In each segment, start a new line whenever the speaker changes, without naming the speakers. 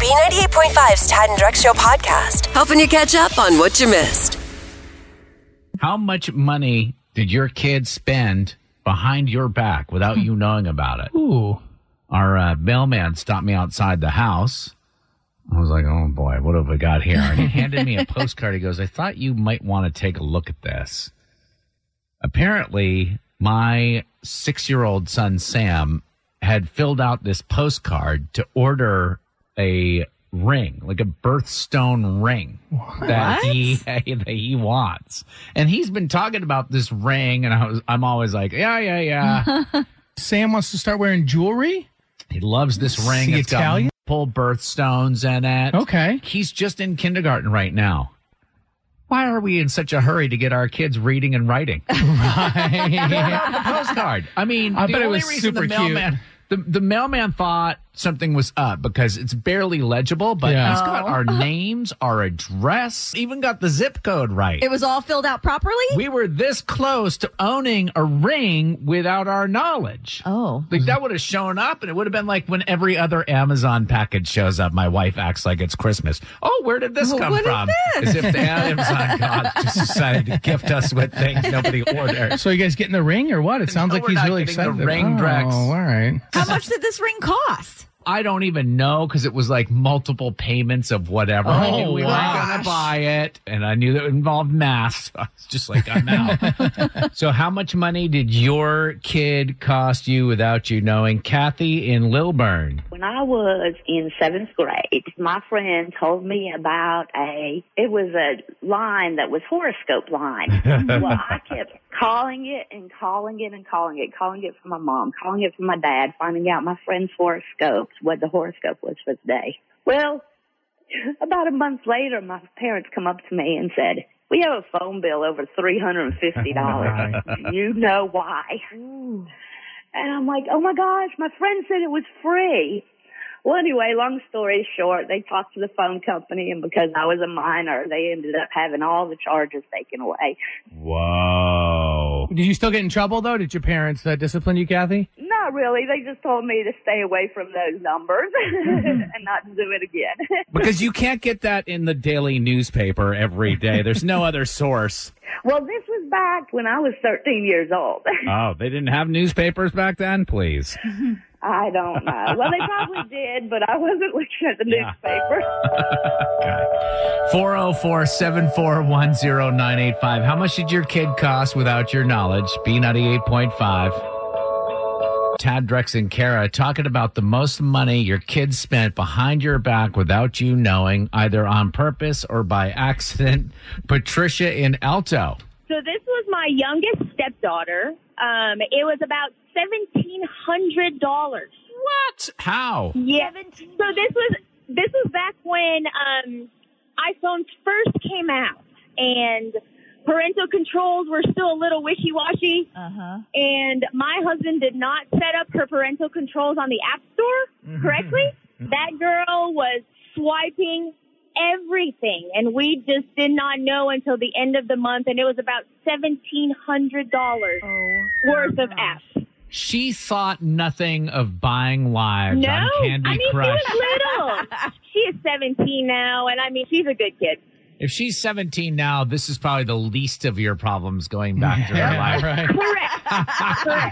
B98.5's Tad and Drex Show podcast, helping you catch up on what you missed.
How much money did your kids spend behind your back without you knowing about it?
Ooh.
Our uh, mailman stopped me outside the house. I was like, oh boy, what have we got here? And he handed me a postcard. He goes, I thought you might want to take a look at this. Apparently, my six year old son, Sam, had filled out this postcard to order a ring, like a birthstone ring that he that he wants. And he's been talking about this ring, and I was I'm always like, yeah, yeah, yeah.
Sam wants to start wearing jewelry?
he loves this ring.
he
It's got
Italian?
multiple birthstones in it.
Okay.
He's just in kindergarten right now. Why are we in such a hurry to get our kids reading and writing? Right. the postcard. I mean,
I
the
bet it
only
was
reason the
super cute.
mailman, The, the mailman thought something was up because it's barely legible, but
Yeah. Oh.
he's got our names, our address, even got the zip code right.
It was all filled out properly?
we were this close to owning a ring without our knowledge.
oh.
Like that would have shown up, and it would have been like when every other Amazon package shows up, my wife acts like it's Christmas. Oh, where did this
Well,
come
what is
from? As if the Amazon God just decided to gift us with things nobody ordered.
So you guys getting the ring or what? It sounds
No,
like
we're
he's
not
really
getting the
excited.
ring, Drex.
Oh, all right.
How much did this ring cost?
I don't even know because it was like multiple payments of whatever. I
Oh,
knew we weren't going to
gosh.
buy it, and I knew that it involved masks. I was just like, I'm out. so, how much money did your kid cost you without you knowing? Kathy in Lilburn.
When I was in seventh grade, my friend told me about a, it was a line that was horoscope line. well, I kept calling it and calling it and calling it, calling it for my mom, calling it for my dad, finding out my friend's horoscopes, what the horoscope was for the day. Well, about a month later, my parents come up to me and said, we have a phone bill over $350. you know why. And I'm like, oh my gosh, my friend said it was free. Well, anyway, long story short, they talked to the phone company, and because I was a minor, they ended up having all the charges taken away.
Whoa.
Did you still get in trouble, though? Did your parents uh, discipline you, Kathy?
Not really. They just told me to stay away from those numbers
Mm-hmm.
and not to do it again.
because you can't get that in the daily newspaper every day. There's no other source.
well, this was back when I was 13 years old.
Oh, they didn't have newspapers back then, please.
I don't know. Well, they probably did, but I wasn't looking at the
Yeah.
newspaper.
404 741 0985. How much did your kid cost without your knowledge? B98.5. Tad Drex and Kara talking about the most money your kids spent behind your back without you knowing, either on purpose or by accident. Patricia in Alto.
So this was my youngest stepdaughter. Um, it was about seventeen hundred dollars.
What? How?
Yeah. So this was this was back when um, iPhones first came out, and parental controls were still a little wishy washy.
Uh-huh.
And my husband did not set up her parental controls on the App Store correctly. That girl was swiping everything, and we just did not know until the end of the month, and it was about seventeen hundred dollars worth of apps.
She thought nothing of buying lives
No,
on Candy
I mean
Crush.
she was little. she is seventeen now, and I mean she's a good kid.
if she's 17 now, this is probably the least of your problems going back to her
Yeah,
life.
right.
Correct.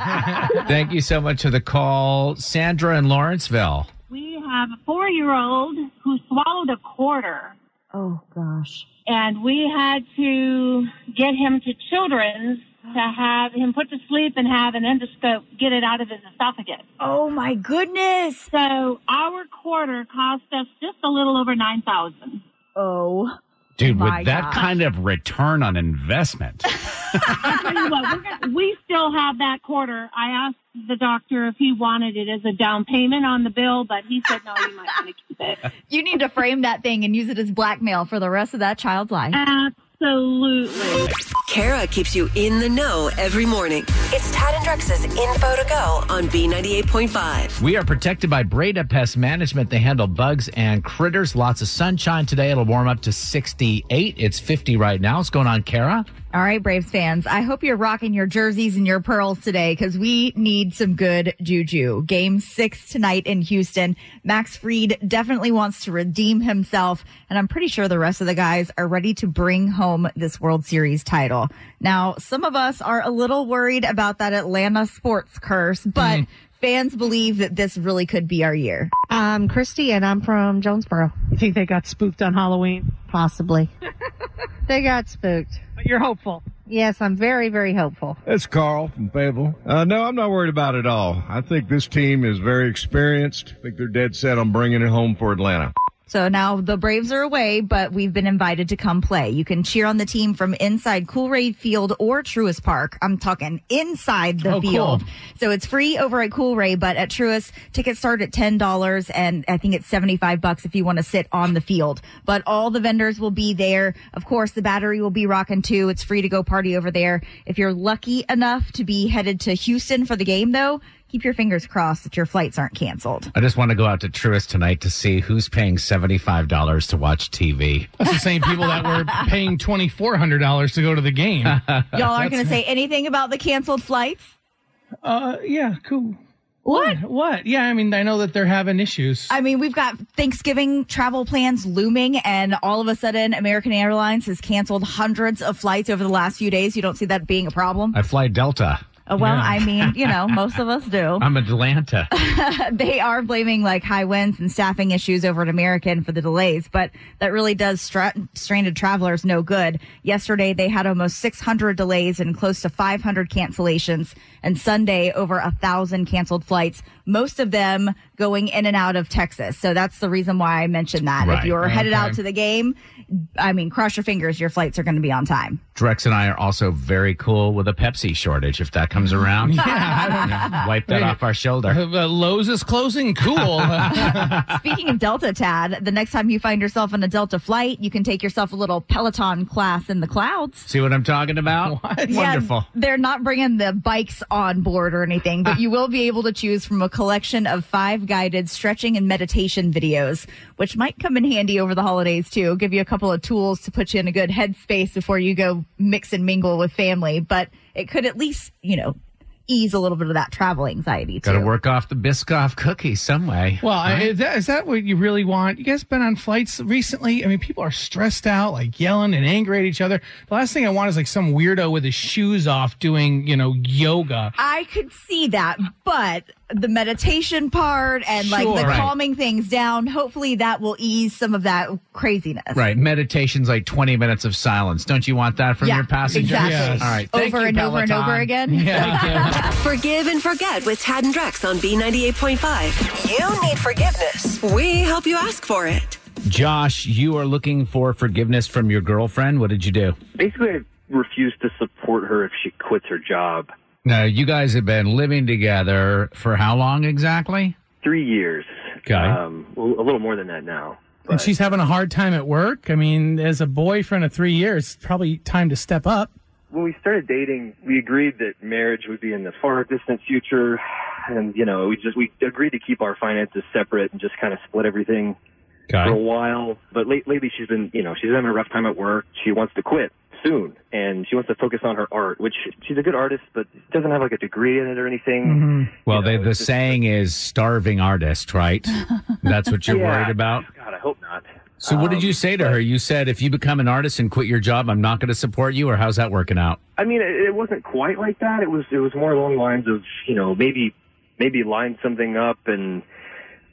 Thank you so much for the call, Sandra in Lawrenceville.
we have a four year old who swallowed a quarter
Oh, gosh.
and we had to get him to children's to have him put to sleep and have an endoscope get it out of his esophagus.
Oh, my goodness.
So our quarter cost us just a little over 9000
Oh.
Dude,
My
with that
gosh.
kind of return on investment,
I tell you what, we're gonna, we still have that quarter. I asked the doctor if he wanted it as a down payment on the bill, but he said, no, you might want to keep it.
You need to frame that thing and use it as blackmail for the rest of that child's life.
Absolutely.
Kara keeps you in the know every morning. It's Tad and Drex's info to go on B98.5.
We are protected by Breda Pest Management. They handle bugs and critters. Lots of sunshine today. It'll warm up to 68. It's 50 right now. What's going on, Kara?
All right, Braves fans, I hope you're rocking your jerseys and your pearls today because we need some good juju. Game six tonight in Houston. Max Freed definitely wants to redeem himself, and I'm pretty sure the rest of the guys are ready to bring home this World Series title. Now, some of us are a little worried about that Atlanta sports curse, but fans believe that this really could be our year.
I'm Christy, and I'm from Jonesboro.
You think they got spooked on Halloween?
Possibly. they got spooked.
But you're hopeful.
Yes, I'm very, very hopeful.
It's Carl from Fayetteville. Uh, no, I'm not worried about it all. I think this team is very experienced. I think they're dead set on bringing it home for Atlanta.
So now the Braves are away, but we've been invited to come play. You can cheer on the team from inside Coolraid Field or Truist Park. I'm talking inside the
Oh, cool.
field. So it's free over at Coolraid, but at Truist, tickets start at $10 and I think it's 75 bucks if you want to sit on the field. But all the vendors will be there. Of course, the battery will be rocking too. It's free to go party over there. If you're lucky enough to be headed to Houston for the game though, keep your fingers crossed that your flights aren't canceled.
I just want to go out to Truist tonight to see who's paying $75 to watch TV.
That's the same people that were paying twenty four hundred dollars to go to the game.
Y'all aren't going to say anything about the canceled flights?
Uh, yeah, cool. What? What? Yeah, I mean, I know that they're having issues.
I mean, we've got Thanksgiving travel plans looming, and all of a sudden, American Airlines has canceled hundreds of flights over the last few days. You don't see that being a problem?
I fly Delta.
Uh, well, I mean, you know, most of us do.
I'm Atlanta.
They are blaming like high winds and staffing issues over at American for the delays, but that really does stra- stranded travelers no good. Yesterday, they had almost 600 delays and close to 500 cancellations, and Sunday, over a thousand canceled flights, most of them going in and out of Texas. So that's the reason why I mentioned that.
Right.
If you're headed
Okay.
out to the game, I mean, cross your fingers, your flights are going to be on time.
Drex and I are also very cool with a Pepsi shortage if that comes around. Wipe that off our shoulder.
Uh, Lowe's is closing. Cool.
Speaking of Delta, Tad, the next time you find yourself in a Delta flight, you can take yourself a little Peloton class in the clouds.
See what I'm talking about? Wonderful. Ah.
Yeah, they're not bringing the bikes on board or anything, but you will be able to choose from a collection of five guided stretching and meditation videos, which might come in handy over the holidays too. Give you a couple of tools to put you in a good headspace before you go mix and mingle with family, but it could at least, you know, ease a little bit of that travel anxiety too.
Got to work off the Biscoff cookie some way.
well, I is, that, is that what you really want? You guys been on flights recently? I mean, people are stressed out, like yelling and angry at each other. The last thing I want is like some weirdo with his shoes off doing, you know, yoga.
I could see that, but the meditation part and like
Sure.
the
Right.
calming things down, hopefully that will ease some of that craziness.
Right. Meditation's like 20 minutes of silence. Don't you want that from
Yeah,
your passenger?
exactly.
Yes.
All right. Thank
Over
you,
and over and over
Peloton.
again.
Forgive and forget with Tad and Drex on B98.5. You need forgiveness. We help you ask for it.
Josh, you are looking for forgiveness from your girlfriend. What did you do?
basically I refuse to support her if she quits her job.
Now, you guys have been living together for how long exactly?
Three years.
Okay.
Um, a a little more than that now.
And she's having a hard time at work. I mean, as a boyfriend of three years, it's probably time to step up.
When we started dating, we agreed that marriage would be in the far distant future, and you know, we just we agreed to keep our finances separate and just kind of split everything for a while. But late, lately, she's been you know she's having a rough time at work. She wants to quit soon, and she wants to focus on her art, which she's a good artist, but doesn't have like a degree in it or anything.
Well,
You know,
they, the
it's just-
saying is starving artist, right? That's what you're
Yeah.
worried about.
God, I hope not.
So, what did
Um,
you say to her? You said, if you become an artist and quit your job, I'm not going to support you, or how's that working out?
I mean, it, it wasn't quite like that. It was it was more along the lines of you know maybe maybe line something up and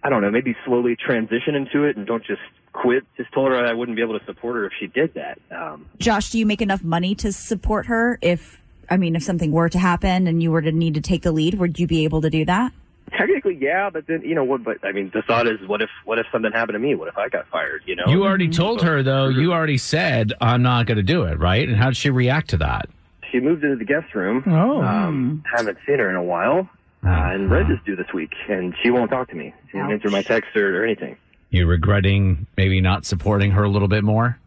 I don't know maybe slowly transition into it and don't just quit. Just told her I wouldn't be able to support her if she did that. Um,
Josh, do you make enough money to support her if I mean if something were to happen and you were to need to take the lead, would you be able to do that?
technically, yeah, but then you know what? But I mean, the thought is, what if what if something happened to me? What if I got fired? You know,
You already told her, though, you already said, I'm not going to do it, right? And how did she react to that?
she moved into the guest room.
Oh.
um, haven't seen her in a while. Uh, and Reg is due this week, and she won't talk to me. She didn't answer my text or, or anything.
You regretting maybe not supporting her a little bit more?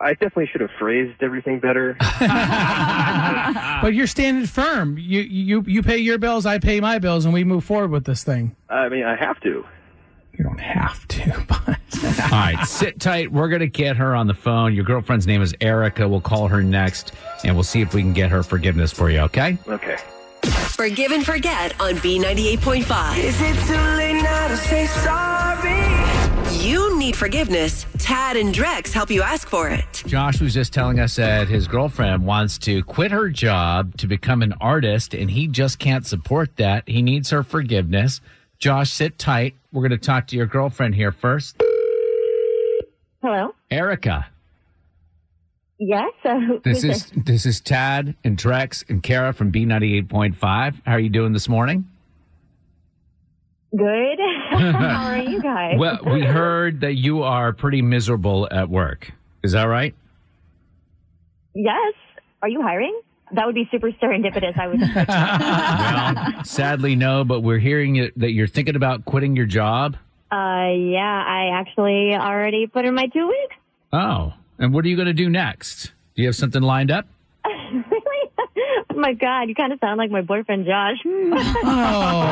I definitely should have phrased everything better.
Ah.
But you're standing firm. You you you pay your bills, I pay my bills, and we move forward with this thing.
I mean, I have to.
All right, sit tight. We're going to get her on the phone. Your girlfriend's name is Erica. We'll call her next and we'll see if we can get her forgiveness for you, okay?
Okay.
Forgive and forget on B98.5. Is it too late now to say sorry? You need forgiveness. Tad and Drex help you ask for it.
Josh was just telling us that his girlfriend wants to quit her job to become an artist and he just can't support that. He needs her forgiveness. Josh, sit tight. We're going to talk to your girlfriend here first.
Hello.
Erica,
Yes. Uh, who-
this
who's
is this is Tad and Drex and Kara from B98.5. How are you doing this morning?
good. How are you guys?
Well, we heard that you are pretty miserable at work. Is that right?
yes. Are you hiring? That would be super serendipitous. I was.
Sadly, no, but we're hearing it, that you're thinking about quitting your job.
uh, yeah, I actually already put in my two weeks.
Oh, and what are you going to do next? Do you have something lined up?
oh my god, you kind of sound like my boyfriend Josh.
That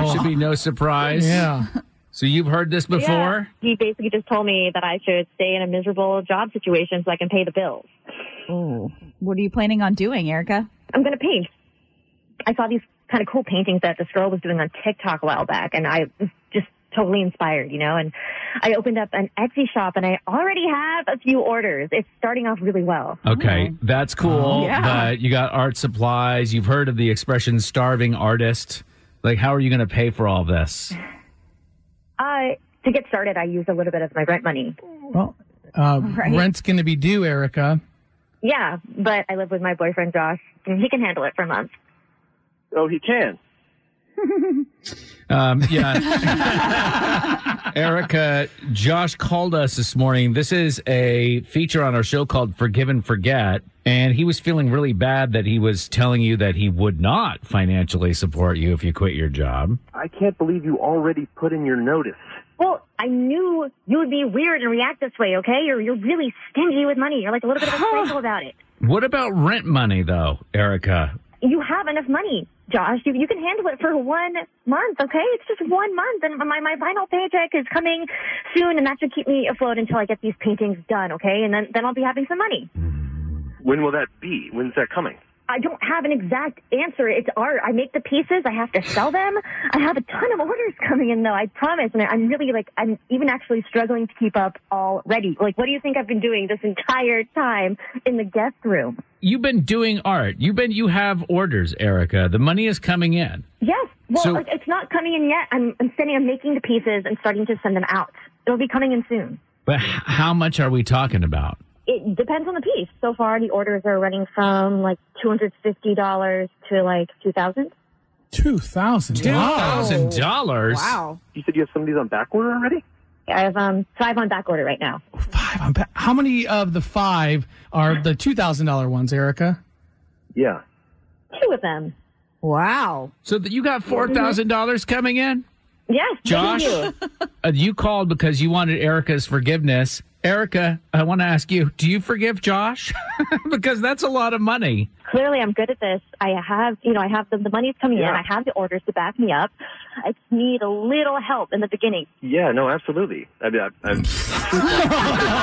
oh.
should be no surprise. Yeah. So you've heard this before?
He basically just told me that I should stay in a miserable job situation so I can pay the bills.
Oh, what are you planning on doing, Erica?
I'm going to paint. I saw these kind of cool paintings that this girl was doing on TikTok a while back, and I was just totally inspired, you know. And I opened up an Etsy shop, and I already have a few orders. It's starting off really well.
Okay, that's cool.
Oh. Yeah.
But you got art supplies. You've heard of the expression starving artist. Like, how are you going to pay for all this?
Uh, to get started, I used a little bit of my rent money.
Well, uh,
Right.
rent's going to be due, Erica.
Yeah, but I live with my boyfriend Josh, and he can handle it for a month.
Oh, he can.
Um, yeah. Erica, Josh called us this morning. This is a feature on our show called Forgive and Forget. And he was feeling really bad that he was telling you that he would not financially support you if you quit your job.
I can't believe you already put in your notice.
Well, I knew you would be weird and react this way. Okay, you're you're really stingy with money. You're like a little bit of a psycho about it.
What about rent money, though, Erica?
you have enough money, Josh. You, you can handle it for one month, okay? It's just one month, and my, my final paycheck is coming soon, and that should keep me afloat until I get these paintings done, okay? And then, then I'll be having some money.
When will that be? When's that coming?
I don't have an exact answer. It's art. I make the pieces. I have to sell them. I have a ton of orders coming in, though. I promise. And I'm really like, I'm even actually struggling to keep up already. Like, what do you think I've been doing this entire time in the guest room?
You've been doing art. You've been you have orders, Erica. The money is coming in.
Yes. Well,
So-
like, it's not coming in yet. I'm, I'm sending, I'm making the pieces and starting to send them out. It'll be coming in soon.
But h- how much are we talking about?
It depends on the piece. So far, the orders are running from like $250 to like 2000
Two thousand.
Two thousand dollars.
You said you have some of these on back order already?
I have um, five on back order right now.
How many of the five are the two thousand dollar ones, Erica?
Yeah.
Two of them.
Wow.
So that you got four thousand dollars coming in?
Yes.
Josh, uh, you called because you wanted Erica's forgiveness. Erica, I want to ask you, do you forgive Josh? because that's a lot of money.
Clearly, I'm good at this. I have, you know, I have the, the money's coming in.
Yeah.
I have the orders to back me up. I just need a little help in the beginning.
Yeah, no, absolutely. I mean, I, I'm,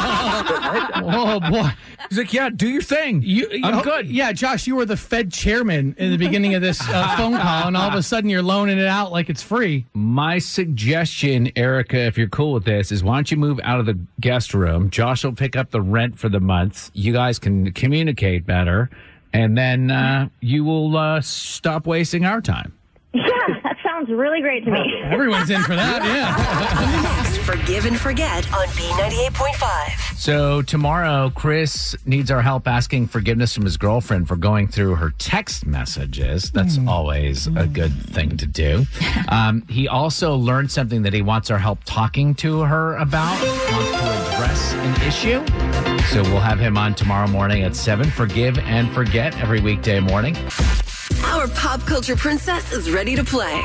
Oh boy.
He's like, yeah, do your thing.
You,
I'm
oh,
good.
Yeah, Josh, you were the Fed chairman in the beginning of this uh, phone call, and all of a sudden you're loaning it out like it's free.
My suggestion, Erica, if you're cool with this, is why don't you move out of the guest room? Josh will pick up the rent for the month. You guys can communicate better, and then uh, you will uh, stop wasting our time.
Yeah, that sounds really great to me.
Everyone's in for that, yeah.
Next, forgive and forget on B98.5.
So tomorrow, Chris needs our help asking forgiveness from his girlfriend for going through her text messages. That's always a good thing to do. Um, he also learned something that he wants our help talking to her about. Wants to address an issue. So we'll have him on tomorrow morning at seven. Forgive and forget every weekday morning.
Our pop culture princess is ready to play.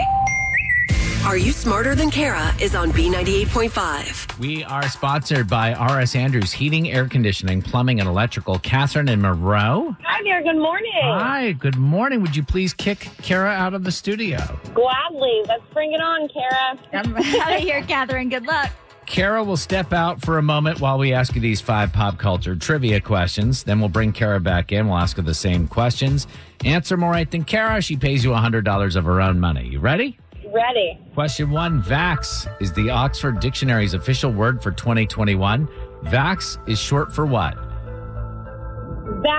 Are You Smarter Than Kara is on B98.5.
We are sponsored by R.S. Andrews Heating, Air Conditioning, Plumbing, and Electrical. Catherine and Moreau.
Hi there. Good morning.
Hi, good morning. Would you please kick Kara out of the studio?
Gladly. Let's bring it on, Kara.
I'm out of here, Catherine. Good luck.
Kara will step out for a moment while we ask you these five pop culture trivia questions. Then we'll bring Kara back in. We'll ask her the same questions. Answer more right than Kara. She pays you $100 of her own money. You ready?
Ready.
Question one Vax is the Oxford Dictionary's official word for 2021. Vax is short for what?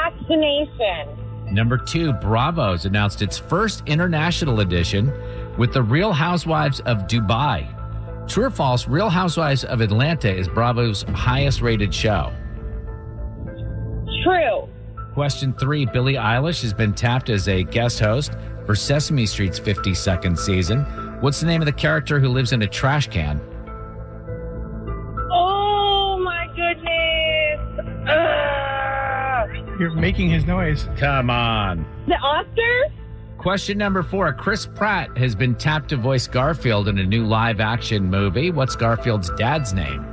Vaccination.
Number two, Bravo's announced its first international edition with the Real Housewives of Dubai. True or false, Real Housewives of Atlanta is Bravo's highest rated show.
True.
Question three Billie Eilish has been tapped as a guest host for Sesame Street's 52nd season. What's the name of the character who lives in a trash can?
Oh my goodness. Ugh.
You're making his noise. Come on.
The Oscar?
Question number four Chris Pratt has been tapped to voice Garfield in a new live action movie. What's Garfield's dad's name?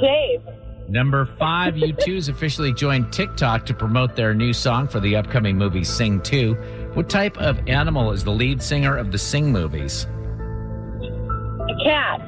Dave.
Number five, U2's officially joined TikTok to promote their new song for the upcoming movie Sing 2. What type of animal is the lead singer of the Sing movies?
A cat.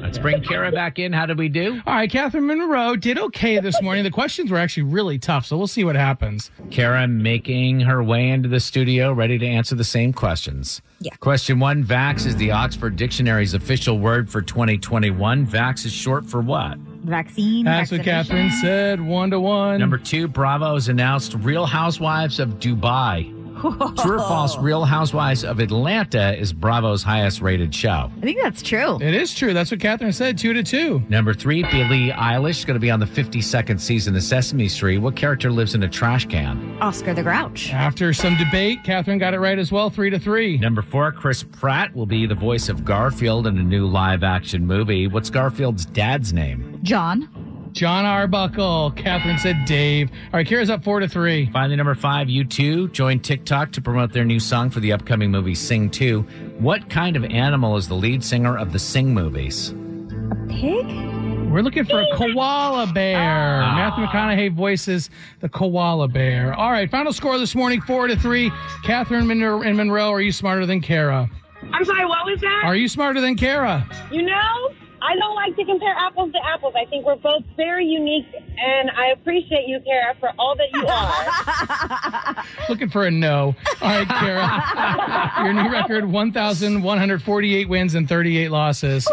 Let's bring Kara back in. How did we do?
All right, Catherine Monroe did okay this morning. The questions were actually really tough, so we'll see what happens.
Kara making her way into the studio, ready to answer the same questions. Yeah. Question one Vax is the Oxford Dictionary's official word for 2021. Vax is short for what?
Vaccine.
That's what Catherine said. One to one.
Number two, Bravo's announced Real Housewives of Dubai. True or false, Real Housewives of Atlanta is Bravo's highest rated show.
I think that's true.
It is true. That's what Catherine said. Two to two.
Number three, Billie Eilish is going to be on the 52nd season of Sesame Street. What character lives in a trash can?
Oscar the Grouch.
After some debate, Catherine got it right as well. Three to three.
Number four, Chris Pratt will be the voice of Garfield in a new live action movie. What's Garfield's dad's name?
John.
John Arbuckle. Catherine said Dave. All right, Kira's up four to three.
Finally, number five, U2 joined TikTok to promote their new song for the upcoming movie Sing 2. What kind of animal is the lead singer of the Sing movies?
Pig?
We're looking for a koala bear. Matthew McConaughey voices the koala bear. All right, final score this morning four to three. Catherine Monroe and Monroe, are you smarter than Kara?
I'm sorry, what was that?
Are you smarter than Kara?
You know, I don't like to compare apples to apples. I think we're both very unique, and I appreciate you, Kara, for all that you are.
Looking for a no. All right, Kara. Your new record 1,148 wins and 38 losses.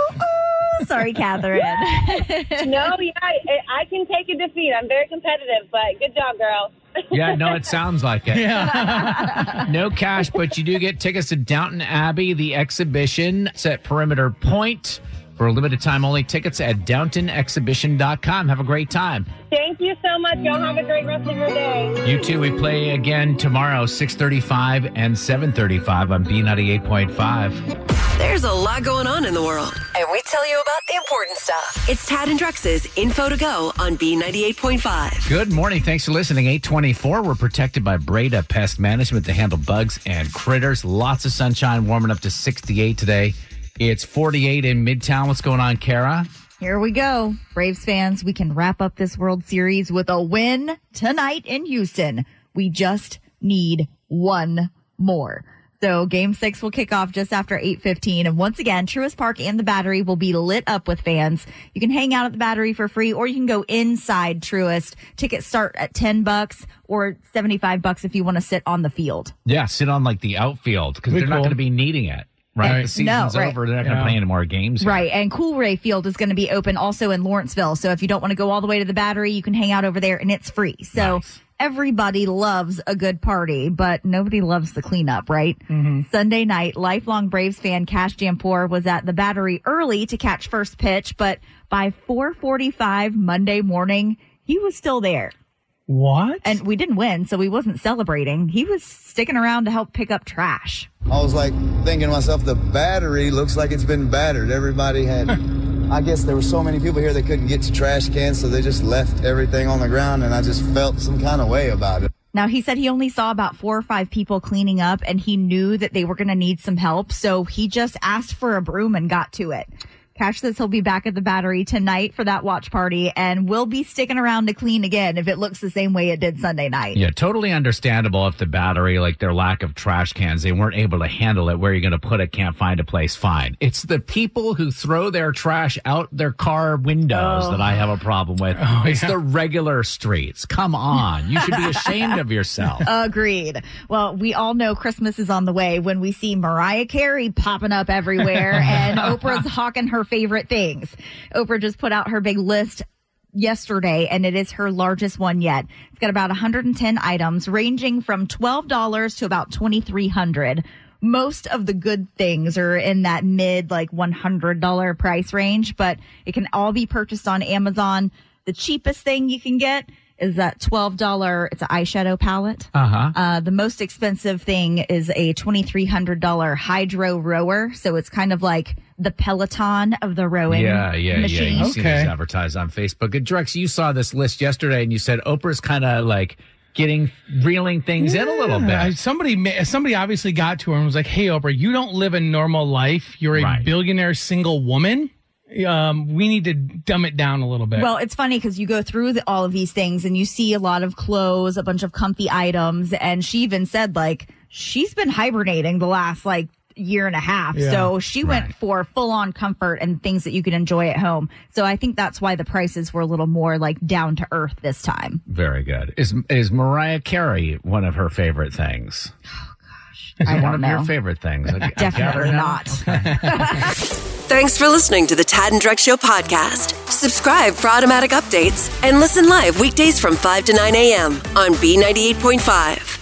Sorry, Catherine.
no, yeah, I, I can take a defeat. I'm very competitive, but good job, girl.
Yeah, no, it sounds like it.
Yeah.
no cash, but you do get tickets to Downton Abbey, the exhibition. It's at Perimeter Point for a limited time only. Tickets at downtonexhibition.com. Have a great time.
Thank you so much. Y'all have a great rest of your day.
You too. We play again tomorrow, 635 and 735 on B98.5.
There's a lot going on in the world, and we tell you about the important stuff. It's Tad and Drex's Info to Go on B98.5.
Good morning. Thanks for listening. 824. We're protected by Breda Pest Management to handle bugs and critters. Lots of sunshine, warming up to 68 today. It's 48 in Midtown. What's going on, Kara?
Here we go. Braves fans, we can wrap up this World Series with a win tonight in Houston. We just need one more. So game six will kick off just after 8.15. And once again, Truist Park and the Battery will be lit up with fans. You can hang out at the Battery for free or you can go inside Truist. Tickets start at 10 bucks or 75 bucks if you want to sit on the field.
Yeah, sit on like the outfield because
Be
they're not
cool.
going to be needing it. Right,
Right.
the season's
No, right.
over. They're not going to
Yeah.
play any more games. here.
Right. And Cool Ray Field is going to be open also in Lawrenceville. So if you don't want to go all the way to the battery, you can hang out over there and it's free. So everybody loves a good party, but nobody loves the cleanup, right? Sunday night, lifelong Braves fan Cash Jampour was at the battery early to catch first pitch, but by 445 Monday morning, he was still there.
What?
And we didn't win, so he wasn't celebrating. He was sticking around to help pick up trash.
I was like thinking to myself, the battery looks like it's been battered. Everybody had, I guess there were so many people here they couldn't get to trash cans, so they just left everything on the ground, and I just felt some kind of way about it.
Now, he said he only saw about four or five people cleaning up and he knew that they were going to need some help. So he just asked for a broom and got to it. Cash says he'll be back at the battery tonight for that watch party and will be sticking around to clean again if it looks the same way it did Sunday night.
Yeah, totally understandable if the battery, like their lack of trash cans, they weren't able to handle it. Where you're going to put it, can't find a place. Fine. It's the people who throw their trash out their car windows
Oh.
that I have a problem with. it's the regular streets. Come on, you should be ashamed of yourself.
Agreed. Well, we all know Christmas is on the way when we see Mariah Carey popping up everywhere and Oprah's hawking her favorite things. Oprah just put out her big list yesterday and it is her largest one yet. It's got about 110 items ranging from $12 to about 2300. Most of the good things are in that mid like $100 price range, but it can all be purchased on Amazon. The cheapest thing you can get is that $12 it's an eyeshadow palette.
Uh-huh.
Uh, the most expensive thing is a $2,300 hydro rower. So it's kind of like the Peloton of the rowing
Yeah, yeah,
machine.
yeah. You see these advertised on Facebook. And Drex, you saw this list yesterday, and you said Oprah's kind of like getting reeling things in a little bit.
Yeah, Uh, Somebody, ma- somebody obviously got to her and was like, "Hey, Oprah, you don't live a normal life. You're a billionaire single woman. Um, we need to dumb it down a little bit."
Well, it's funny because you go through the, all of these things and you see a lot of clothes, a bunch of comfy items, and she even said like she's been hibernating the last like year and a half.
Yeah.
So she went for full on comfort and things that you could enjoy at home. So I think that's why the prices were a little more like down to earth this time.
Very good. Is is Mariah Carey one of her favorite things? Is
I
it one of
don't
your
know.
favorite things? I- I gather
Definitely
now?
not.
Thanks for listening to the Tad and Drex Show podcast. Subscribe for automatic updates and listen live weekdays from 5 to 9 a.m. on B98.5.